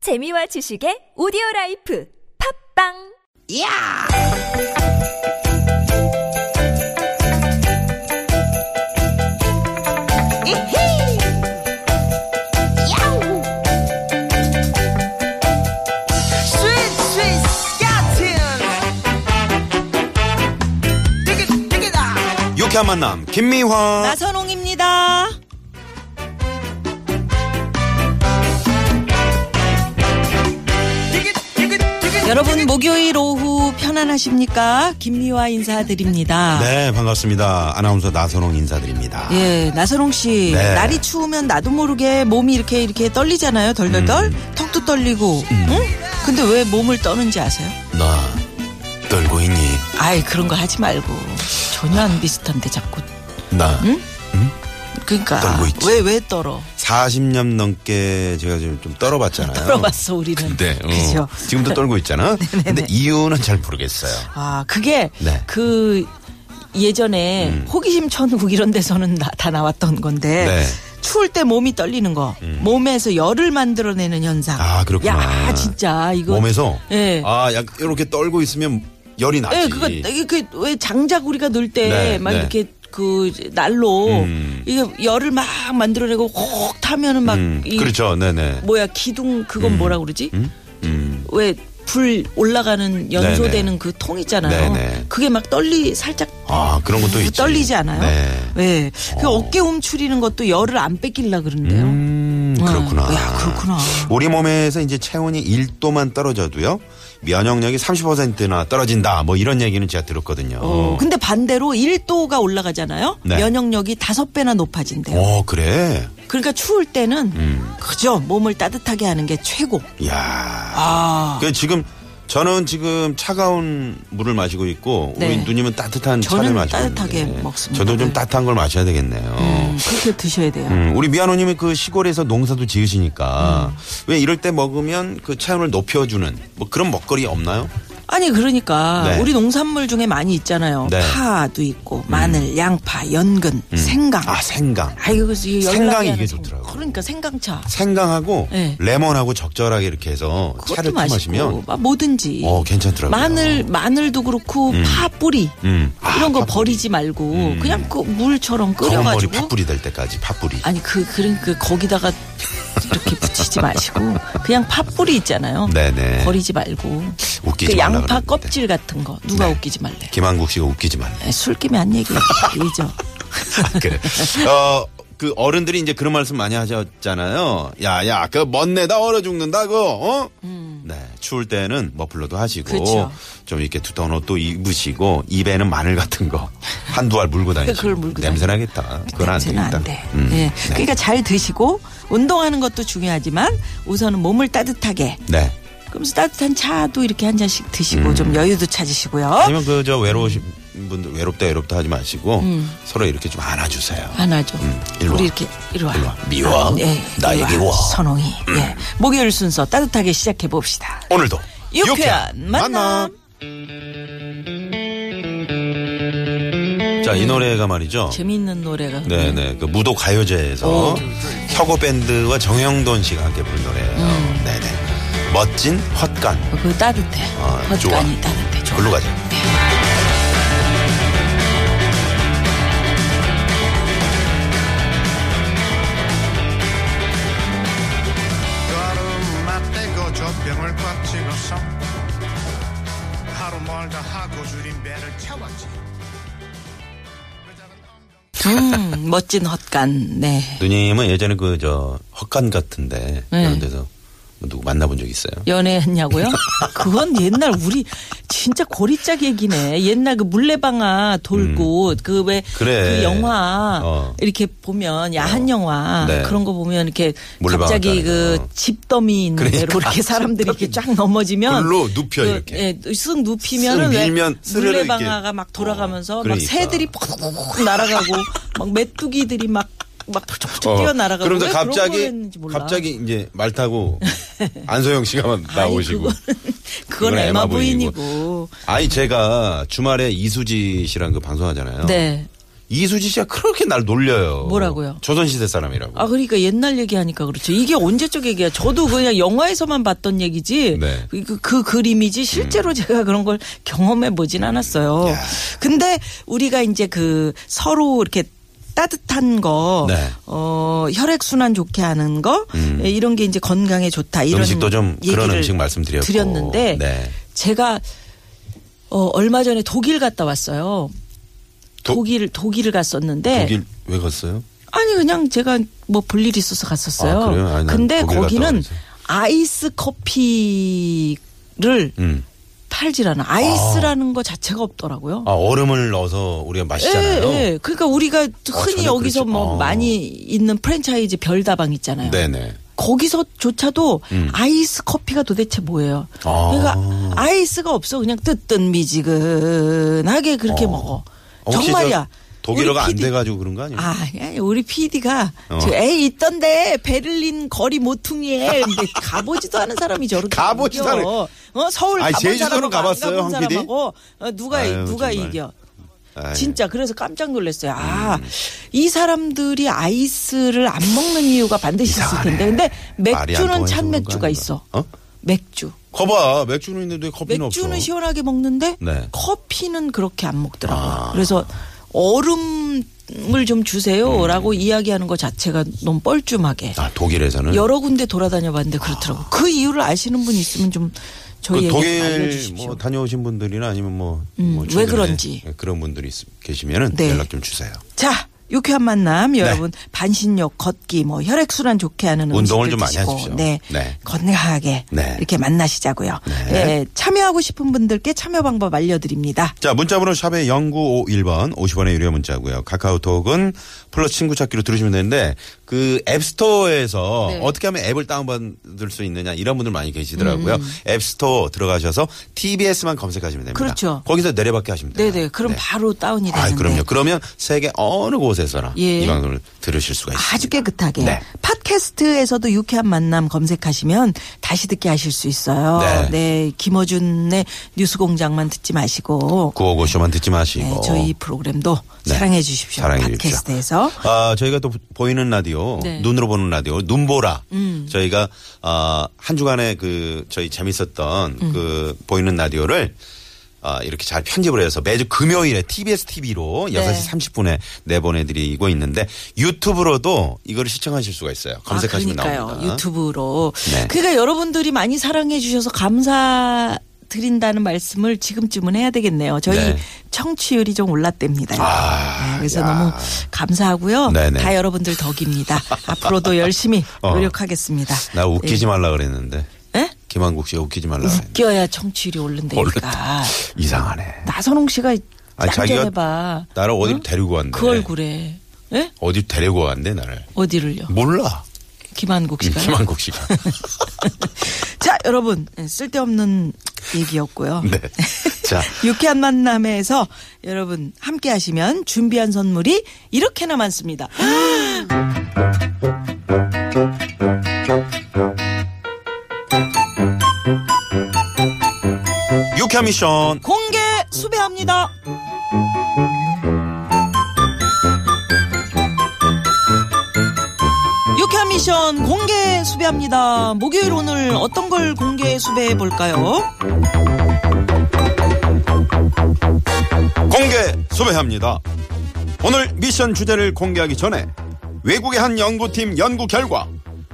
재미와 지식의 오디오 라이프 팝빵! 야! 이히! 야우! 스윗 스윗 같은 되게 되게다. 유쾌한 만남 김미화 나선홍입니다. 되게 되게 되게 여러분 목요일 오후 편안하십니까? 김미화 인사드립니다. 네 반갑습니다 아나운서 나선홍 인사드립니다 예, 나선홍 씨. 네. 날이 추우면 나도 모르게 몸이 이렇게 이렇게 떨리잖아요. 덜덜덜. 음. 턱도 떨리고. 응? 근데 왜 몸을 떠는지 아세요? 나 떨고 있니 아이, 그런 거 하지 말고. 전혀 안 비슷한데 자꾸. 나 그러니까 떨고 있지. 왜 왜 떨어? 40년 넘게 제가 지금 좀 떨어봤잖아요 떨어봤어 우리는. 근데 어, 그죠? 네, 지금도 떨고 있잖아 근데 이유는 잘 모르겠어요 아, 그게 네. 음. 그 예전에 호기심 천국 이런 데서는 나- 다 나왔던 건데 네. 음. 추울 때 몸이 떨리는 거 몸에서 열을 만들어내는 현상. 아, 그렇구나. 야 진짜 이거. 몸에서 예. 아약 이렇게 떨고 있으면 열이 나지 예, 그거 이게 그왜 장작 우리가 넣을 때 네, 막 네. 이렇게 그 날로 음. 이게 열을 막 만들어내고 혹 타면은 막 음, 이 그렇죠 네네 뭐야 기둥 그건 뭐라 그러지? 음. 왜 불 올라가는 연소되는 네네. 그 통 있잖아요. 네네. 그게 막 떨리 살짝 아 그런 것도 있지 떨리지 않아요? 네. 네. 그 어깨 움츠리는 것도 열을 안 뺏길라 그러는데요. 음, 와, 그렇구나. 야, 그렇구나. 우리 몸에서 이제 체온이 1도만 떨어져도요. 면역력이 30%나 떨어진다. 뭐 이런 얘기는 제가 들었거든요. 어, 근데 반대로 1도가 올라가잖아요. 네. 면역력이 다섯 배나 높아진대요. 어, 음. 그래. 그러니까 추울 때는 그저 몸을 따뜻하게 하는 게 최고. 야. 아. 그 지금 저는 지금 차가운 물을 마시고 있고 네. 우리 누님은 따뜻한 차를 저는 마시고 따뜻하게 있는데 먹습니다. 저도 좀 네. 따뜻한 걸 마셔야 되겠네요. 음, 그렇게 드셔야 돼요. 음, 우리 미아노님이 그 시골에서 농사도 지으시니까 음. 왜 이럴 때 먹으면 그 체온을 높여주는 뭐 그런 먹거리 없나요? 아니 그러니까 네. 우리 농산물 중에 많이 있잖아요. 네. 파도 있고 마늘, 양파, 연근, 생강. 아 생강. 아이고 그래서 이게 생강이 열나게 이게 하는 좋더라고요. 그러니까 생강차. 생강하고 네. 레몬하고 적절하게 이렇게 해서 차를 그것도 타 마시면 마시고 막 뭐든지. 어 괜찮더라고요. 어. 마늘 마늘도 그렇고 파 뿌리 음. 아, 이런 거 팥뿌리. 음. 버리지 말고 그냥 그 물처럼 검은 머리 끓여가지고 팥뿌리 될 때까지 팥뿌리. 아니 그 그러니까 거기다가 이렇게 붙이지 마시고 그냥 파 뿌리 있잖아요. 네네. 버리지 말고 웃기지 그 말라 양파 그러는데. 껍질 같은 거 누가 네. 웃기지 말래. 김한국 씨가 웃기지 말래. 에, 술 깨면 안 얘기해. 얘기죠. 그래. 어. 그 어른들이 이제 그런 말씀 많이 하셨잖아요. 야야 그 멋내다 얼어 죽는다 그 어? 네 추울 때는 머플러도 하시고 음. 그쵸. 좀 이렇게 두터운 옷도 입으시고 입에는 마늘 같은 거 한 두 알 물고 다니시고 그걸 물고 냄새 나겠다. 그건 안 냄새는 되겠다. 안 돼. 음, 예. 네. 그러니까 잘 드시고 운동하는 것도 중요하지만 우선은 몸을 따뜻하게. 네. 그러면서 따뜻한 차도 이렇게 한 잔씩 드시고 좀 여유도 찾으시고요. 음. 아니면 그 저 외로우신 분들 외롭다 외롭다 하지 마시고 음. 서로 이렇게 좀 안아주세요. 안아줘. 음, 일로 와. 우리 이렇게 이리 와. 일로 와. 미워? 아, 예, 나에게 이리 와. 음. 선홍이. 예. 목요일 순서 따뜻하게 시작해 봅시다. 오늘도 유쾌한 만남. 자, 이 노래가 말이죠. 재미있는 노래가. 네, 네. 그 무도 가요제에서 혁오 밴드와 정영돈 씨가 함께 부른 노래예요. 음. 네, 네. 멋진 헛간. 어, 그 따뜻해. 아, 헛간이 네. 좋아. 따뜻해. 좋아. 절로 가자. 하루 맞대고 젖병을 꽉 찍었어 하루 멀다 하고 줄인 배를 채웠지 그 작은 엉덩이- 음, 멋진 헛간. 네. 누님은 예전에 그 저 헛간 같은데 네. 그런 데서 뭐 누구 만나본 적 있어요? 연애했냐고요? 그건 옛날 우리 진짜 고리짝 얘기네. 옛날 그 물레방아 돌고 그 왜 그 음. 그래. 영화 어. 이렇게 보면 야한 영화 네. 그런 거 보면 이렇게 물레방아 갑자기 그 따는 거. 집더미 있는 그러니까. 대로 이렇게 사람들이 이렇게 쫙 넘어지면 글로 눕혀, 그, 이렇게. 예, 쓱 눕히면은 쓱 왜 밀면 스르르 이렇게. 물레방아가 막 돌아가면서 어, 막 그러니까. 새들이 푹 날아가고 막 메뚜기들이 막 막 툭툭 뛰어 날아가고 그러면서 왜 그런 걸 갑자기 했는지 몰라. 갑자기 이제 말 타고 안소영 씨가 막 나오시고. 그건, 그건 에마 부인이고. 아니 제가 주말에 이수지 씨랑 그 방송하잖아요. 네. 이수지 씨가 그렇게 날 놀려요. 뭐라고요? 조선시대 사람이라고. 아 그러니까 옛날 얘기하니까 그렇죠. 이게 언제적 얘기야. 저도 그냥 영화에서만 봤던 얘기지. 네. 음. 그, 그 그림이지 실제로 제가 그런 걸 경험해 보진 않았어요. 야. 근데 우리가 이제 그 서로 이렇게 따뜻한 거, 네. 음. 어 혈액 순환 좋게 하는 거 예, 이런 게 이제 건강에 좋다 이런 음식도 좀 그런 얘기를 음식 말씀드렸고. 드렸는데 네. 제가 어 얼마 전에 독일 갔다 왔어요. 도- 독일 독일을 갔었는데 독일 왜 갔어요? 아니 그냥 제가 뭐 볼 일 있어서 갔었어요. 아, 그래요? 아니, 난 근데 독일 갔다 거기는 와서. 아이스 커피를 음. 팔질 않아. 아이스라는 거 자체가 없더라고요. 아 얼음을 넣어서 우리가 마시잖아요. 예, 예. 그러니까 우리가 흔히 저는 여기서 그렇죠. 뭐 아. 많이 있는 프랜차이즈 별다방 있잖아요. 네네. 음. 거기서조차도 아이스 커피가 도대체 뭐예요? 아. 그러니까 아이스가 없어 그냥 뜨뜻미지근하게 그렇게 어. 먹어. 어, 혹시 정말이야. 저 독일어가 우리 안 PD 돼가지고 그런 거 아니에요? 아, 예, 우리 PD가 어. 에이 있던데 베를린 거리 모퉁이에 근데 가보지도 않은 사람이 저렇게 가보지도 이겨. 않은- 어 서울 아니, 가본 제주도는 사람하고 안 가봤어요, 가본 황 PD? 사람하고 어, 누가 아유, 누가 정말. 이겨? 아이, 진짜 그래서 깜짝 놀랐어요. 아, 음. 이 사람들이 아이스를 안 먹는 이유가 반드시 있을 텐데. 근데 말이 안 맥주는 통해서 찬 그런 거 맥주가 아닌가? 있어. 어? 맥주. 거봐 맥주는 있는데 왜 커피는 맥주는 없어. 시원하게 먹는데 네. 아. 커피는 그렇게 안 먹더라고요. 그래서 얼음을 좀 주세요라고 이야기하는 것 자체가 너무 뻘쭘하게 아 독일에서는 여러 군데 돌아다녀 봤는데 그렇더라고. 요그 이유를 아시는 분 있으면 좀 그 저희에게 좀 독일 알려주십시오. 음, 뭐 다녀오신 분들이나 아니면 뭐, 뭐 왜 주변에 그런지. 그런 분들이 있- 계시면은 네. 연락 좀 주세요. 자, 유쾌한 네. 만남 여러분 반신욕, 걷기, 뭐 혈액 순환 좋게 하는 운동을 음식들 좀 많이 드시고, 하십시오. 네, 네. 건강하게 네. 이렇게 만나시자고요. 예, 참여하고 싶은 분들께 참여 방법 알려드립니다. 자, 문자번호 샵에 0951번 50원의 유료 문자고요. 카카오톡은 플러스 친구 찾기로 들으시면 되는데 그 앱스토어에서 네. 어떻게 하면 앱을 다운받을 수 있느냐 이런 분들 많이 계시더라고요. 앱스토어 들어가셔서 TBS만 검색하시면 됩니다. 음. 그렇죠. 거기서 내려받기 하시면 돼요. 네, 네, 그럼 네. 바로 다운이 아, 되는데. 그럼요. 그러면 세계 어느 곳에서나 예. 이 방송을 들으실 수가 있습니다. 아주 깨끗하게 네. 팟캐스트에서도 유쾌한 만남 검색하시면 다시 듣게 하실 수 있어요. 네. 김어준의 뉴스공장만 듣지 마시고 구호고쇼만 듣지 마시고 네, 저희 프로그램도 네. 사랑해 주십시오. 사랑해 주십시오. 팟캐스트에서 아, 저희가 또 보이는 라디오, 네. 음. 눈으로 보는 라디오, 눈보라. 저희가 아, 한 주간에 그 저희 재밌었던 음. 그 보이는 라디오를 아, 이렇게 잘 편집을 해서 매주 금요일에 TBS TV로 네. 6시 30분에 내보내드리고 있는데 유튜브로도 이걸 시청하실 수가 있어요. 검색하시면 아, 그러니까요. 나옵니다. 유튜브로. 네. 그러니까 여러분들이 많이 사랑해 주셔서 감사 드린다는 말씀을 지금쯤은 해야 되겠네요. 저희 네. 아, 청취율이 좀 올랐답니다. 네, 그래서 너무 감사하고요. 네네. 다 여러분들 덕입니다. 앞으로도 열심히 어. 노력하겠습니다. 나 웃기지 말라 그랬는데 예? 김한국 씨가 웃기지 말라 그랬는데 네. 웃겨야 청취율이 오른다니까. 이상하네. 나선홍 씨가 아니, 자기가 짠짠해봐. 나를 어디 데리고 왔네. 그 얼굴에. 예? 어디 데리고 왔네 나를. 어디를요? 몰라. 김한국 씨가. 김한국 씨가. 자, 여러분 예, 쓸데없는 얘기였고요. 네. 자. 유쾌한 만남에서 여러분 함께 하시면 준비한 선물이 이렇게나 많습니다. 유쾌 미션 공개 수배합니다. 유쾌한 미션 공개 수배합니다. 목요일 오늘 어떤 걸 공개 수배해 볼까요? 공개 소개합니다. 오늘 미션 주제를 공개하기 전에 외국의 한 연구팀 연구 결과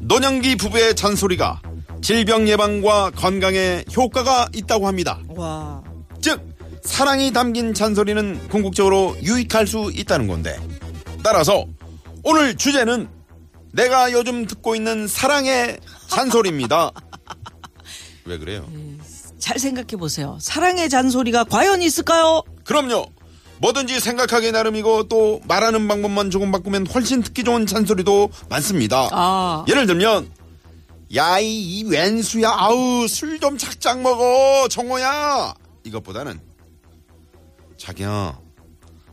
노년기 부부의 잔소리가 질병 예방과 건강에 효과가 있다고 합니다. 와, 즉 사랑이 담긴 잔소리는 궁극적으로 유익할 수 있다는 건데 따라서 오늘 주제는 내가 요즘 듣고 있는 사랑의 잔소리입니다. 왜 그래요? 잘 생각해 보세요. 사랑의 잔소리가 과연 있을까요? 그럼요. 뭐든지 생각하기 나름이고 또 말하는 방법만 조금 바꾸면 훨씬 듣기 좋은 잔소리도 많습니다. 아. 예를 들면 야이 이 왼수야 아우 술 좀 작작 먹어 정호야 이것보다는 자기야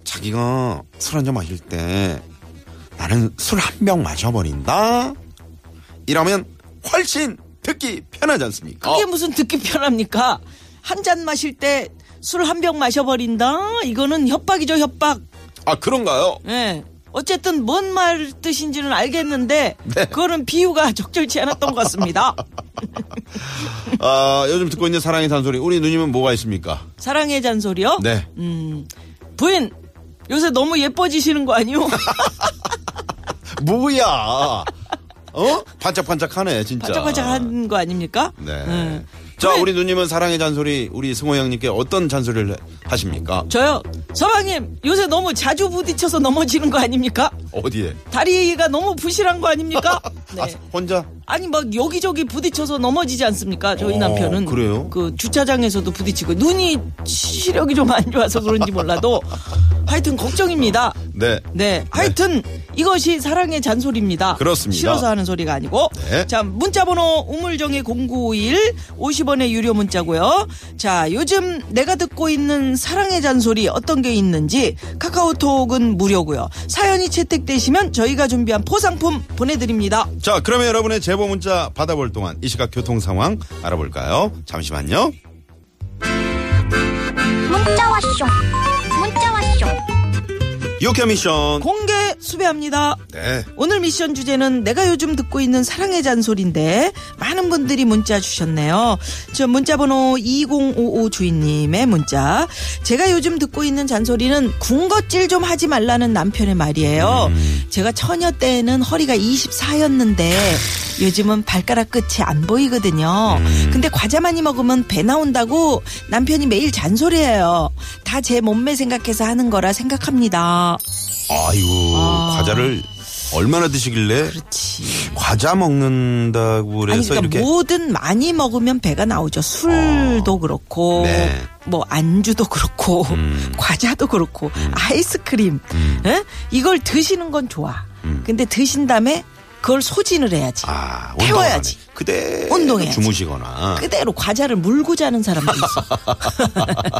자기가 술 한 잔 마실 때 나는 술 한 병 마셔버린다 이러면 훨씬 듣기 편하지 않습니까? 그게 무슨 듣기 편합니까? 한 잔 마실 때 술 한 병 마셔버린다? 이거는 협박이죠, 협박. 아 그런가요? 예. 어쨌든 뭔 말 뜻인지는 알겠는데 네. 그거는 비유가 적절치 않았던 것 같습니다. 아 요즘 듣고 있는 사랑의 잔소리 우리 누님은 뭐가 있습니까? 사랑의 잔소리요? 네. 부인 요새 너무 예뻐지시는 거 아니요? 뭐야? 어? 반짝반짝하네 진짜. 반짝반짝한 거 아닙니까? 네. 예. 자 우리 누님은 사랑의 잔소리 우리 승호 형님께 어떤 잔소리를 하십니까? 저요 서방님 요새 너무 자주 부딪혀서 넘어지는 거 아닙니까? 어디에? 다리가 너무 부실한 거 아닙니까? 아, 네. 혼자? 아니 막 여기저기 부딪혀서 넘어지지 않습니까? 저희 어, 남편은 그래요? 그 주차장에서도 부딪히고 눈이 시력이 좀 안 좋아서 그런지 몰라도 하여튼 걱정입니다. 네. 네, 하여튼 이것이 사랑의 잔소리입니다. 그렇습니다. 싫어서 하는 소리가 아니고. 네. 자, 문자번호 우물정의 0951 50원의 유료 문자고요. 자, 요즘 내가 듣고 있는 사랑의 잔소리 어떤 게 있는지 카카오톡은 무료고요. 사연이 채택되시면 저희가 준비한 포상품 보내드립니다. 자, 그러면 여러분의 제보 문자 받아볼 동안 이 시각 교통 상황 알아볼까요? 잠시만요. 문자 왔쇼 문자 왔쇼 유쾌 미션. 공개 수배합니다. 네. 오늘 미션 주제는 내가 요즘 듣고 있는 사랑의 잔소리인데 많은 분들이 문자 주셨네요. 저 문자 번호 2055 주인님의 문자. 제가 요즘 듣고 있는 잔소리는 군것질 좀 하지 말라는 남편의 말이에요. 제가 처녀 때에는 허리가 24였는데 요즘은 발가락 끝이 안 보이거든요. 근데 과자 많이 먹으면 배 나온다고 남편이 매일 잔소리해요. 다 제 몸매 생각해서 하는 거라 생각합니다. 아이고, 아. 과자를 얼마나 드시길래 그렇지. 과자 먹는다고 아니 그래서 그러니까 이렇게 어, 뭐든 많이 먹으면 배가 나오죠. 술도 그렇고 네. 음. 뭐 안주도 그렇고 과자도 그렇고 아이스크림 예? 이걸 드시는 건 좋아. 근데 드신 다음에 그걸 소진을 해야지. 음. 아, 운동을 태워야지. 하네. 그대로 운동해야지. 그러니까 주무시거나 그대로 과자를 물고 자는 사람도 있어.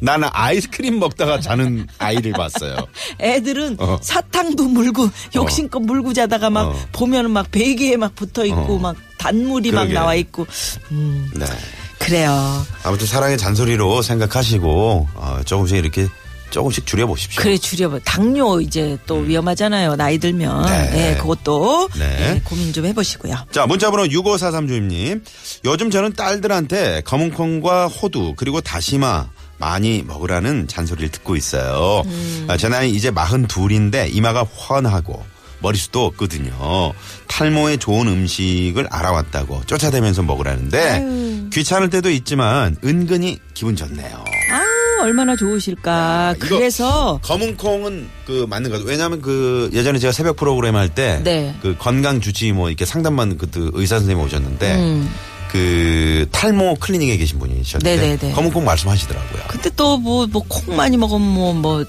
나는 아이스크림 먹다가 자는 아이를 봤어요. 애들은 어. 사탕도 물고 욕심껏 물고 자다가 막 어. 보면은 막 베개에 막 붙어 있고 어. 막 단물이 그러게. 막 나와 있고 음, 네. 그래요. 아무튼 사랑의 잔소리로 생각하시고 어, 조금씩 이렇게 조금씩 줄여 보십시오. 음. 그래 줄여봐. 당뇨 이제 또 위험하잖아요. 나이 들면. 네. 네, 그것도 네. 네, 고민 좀 해보시고요. 자, 문자번호 6543주임님. 요즘 저는 딸들한테 검은콩과 호두 그리고 다시마 많이 먹으라는 잔소리를 듣고 있어요. 아, 제 나이 이제 42인데 이마가 훤하고 머리숱도 없거든요. 탈모에 좋은 음식을 알아왔다고 쫓아대면서 먹으라는데 귀찮을 때도 있지만 은근히 기분 좋네요. 아우 얼마나 좋으실까. 이거- 그래서 검은콩은 그 맞는 것 같아요. 왜냐하면 그 예전에 제가 새벽 프로그램 할 때 그 네. 건강 주치 뭐 이렇게 상담만 그때 의사 선생님 오셨는데 그 탈모 클리닉에 계신 분이셨는데 음. 네네네. 검은콩 말씀하시더라고요. 근데 또 뭐 콩 많이 먹으면 뭐, 뭐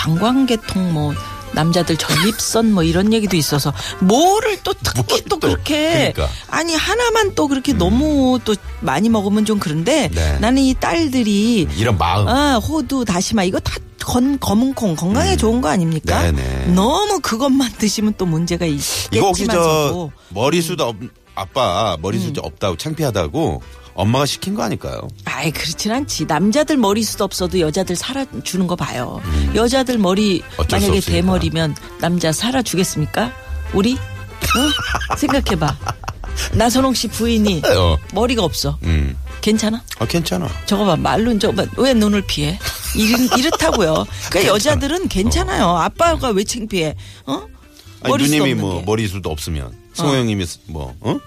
방광계통 뭐 남자들 전립선 뭐 이런 얘기도 있어서 뭐를 또 특히 뭘 또 또, 그렇게 그러니까. 음. 아니 하나만 또 그렇게 너무 또 많이 먹으면 좀 그런데 네. 나는 이 딸들이 이런 마음. 아, 호두, 다시마 이거 다 건, 검은 콩 건강에 좋은 거 아닙니까? 음. 네네. 너무 그것만 드시면 또 문제가 그 이거 혹시 저 있겠지만서도 머리숱 없 아빠 머리숱 음. 없다고 창피하다고 엄마가 시킨 거 아닐까요? 아이 그렇진 않지. 남자들 머리숱 없어도 여자들 살아 주는 거 봐요. 여자들 머리 음. 어쩔 수 만약에 없으니까. 대머리면 남자 살아 주겠습니까? 우리 어? 생각해 봐. 나선홍 씨 부인이 어. 머리가 없어. 음. 괜찮아? 아 괜찮아. 저거 봐 말론 저거 봐왜 눈을 피해 이렇다고요 그러니까 여자들은 괜찮아요 어. 아빠가 왜 창피해 어 아니 머리숱 누님이 없는 뭐 게. 어. 머리숱 없으면 승호 형님이 뭐 어?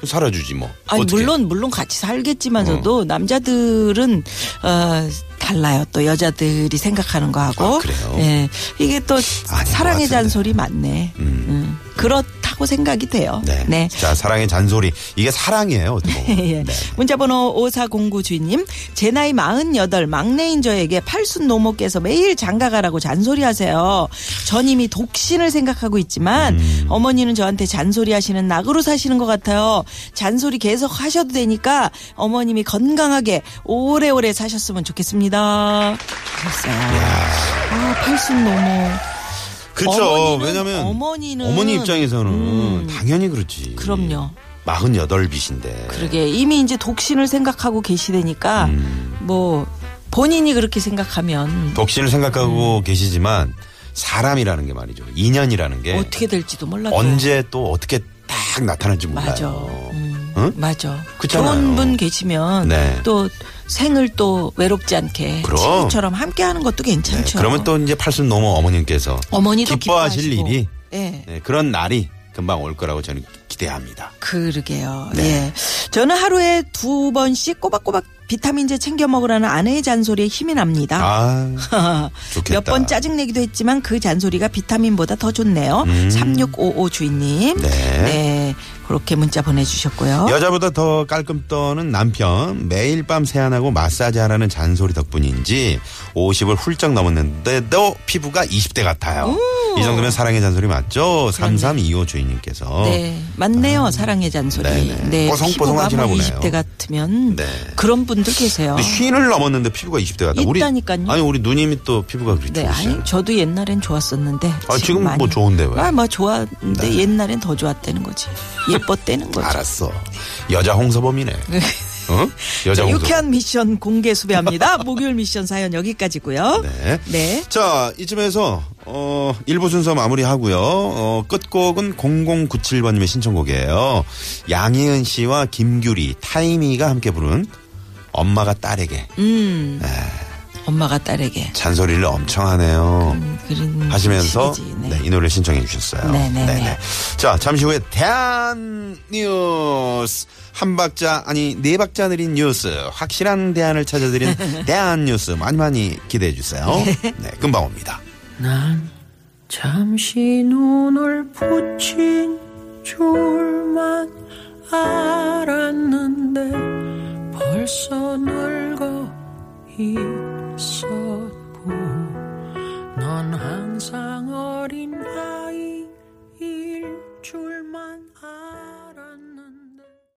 그 살아주지 뭐. 아니 어떡해. 물론 물론 같이 어. 살겠지만서도 남자들은 어 달라요 또 여자들이 생각하는 거하고 아, 그래요? 예 이게 또 것 같은데. 사랑의 잔소리 많네 음, 그렇다고 생각이 돼요 네. 네. 자, 사랑의 잔소리. 이게 사랑이에요, 어떻게 보면. 네. 예. 문자번호 5409 주인님, 제 나이 48 막내인 저에게 팔순 노모께서 매일 장가가라고 잔소리하세요. 전 이미 독신을 생각하고 있지만 음. 어머니는 저한테 잔소리하시는 낙으로 사시는 것 같아요. 잔소리 계속 하셔도 되니까 어머님이 건강하게 오래오래 사셨으면 좋겠습니다. 그랬어요. 아, 팔순 노모. 그렇죠. 어머니는- 왜냐면 어머니는- 음. 어머니 입장에서는 당연히 그렇지. 그럼요. 48빛인데. 네. 음. 그러게 이미 이제 독신을 생각하고 계시다니까 뭐 본인이 그렇게 생각하면 독신을 생각하고 음. 계시지만 사람이라는 게 말이죠. 인연이라는 게 어떻게 될지도 몰라도 네. 언제 또 어떻게 딱 나타날지 몰라요. 맞아. 음, 응? 네, 맞아. 그렇잖아요. 좋은 분 계시면 네. 또 생을 또 외롭지 않게 그럼. 친구처럼 함께하는 것도 네, 괜찮죠. 그러면 또 이제 팔순 넘어 어머님께서 그렇죠. 어머니도 기뻐하실 기뻐하시고. 일이 예. 네, 그런 날이 금방 올 거라고 저는 기대합니다. 그러게요. 네. 예. 저는 하루에 두 번씩 꼬박꼬박 비타민제 챙겨 먹으라는 아내의 잔소리에 힘이 납니다. 아, 좋겠다. 몇 번 짜증내기도 했지만 그 잔소리가 비타민보다 더 좋네요. 음. 3655 주인님. 네. 네, 그렇게 문자 보내주셨고요. 여자보다 더 깔끔 떠는 남편 매일 밤 세안하고 마사지 하라는 잔소리 덕분인지 50을 훌쩍 넘었는데도 피부가 20대 같아요. 음. 이 정도면 사랑의 잔소리 맞죠? 3325 주인님께서. 네, 맞네요. 사랑의 잔소리. 어. 음. 네네. 네, 피부가 뽀송뽀송하시나 뭐 보네요. 20대 같으면 네. 그런 분들 계세요. 근데 쉰을 넘었는데 피부가 20대 같다. 우리 있다니까요. 아니 우리 누님이 또 피부가 그렇게 네, 좋으시잖아요. 아니 저도 옛날엔 좋았었는데. 아, 지금 뭐 좋은데 왜? 네. 아, 뭐 좋았는데 옛날엔 더 좋았다는 거지. 예뻤다는 거지. 알았어. 여자 홍서범이네. 어? 여자 자, 홍서범. 유쾌한 미션 공개 수배합니다. 목요일 미션 사연 여기까지고요. 네. 네. 자, 이쯤에서, 어, 1부 순서 마무리 하고요. 어, 끝곡은 0097번님의 신청곡이에요. 양희은 씨와 김규리, 타이미가 함께 부른 엄마가 딸에게 음. 엄마가 딸에게 잔소리를 엄청 하네요. 그런 하시면서 식이지. 네, 이 노래를 신청해 주셨어요. 음. 네네네. 자, 잠시 후에 대한 뉴스 한 박자 아니 네 박자 느린 뉴스 확실한 대안을 찾아드린 대한 뉴스 많이 많이 기대해 주세요. 네, 금방 옵니다. 난 잠시 눈을 붙인 줄만 알았는데 벌써 늙어 있네.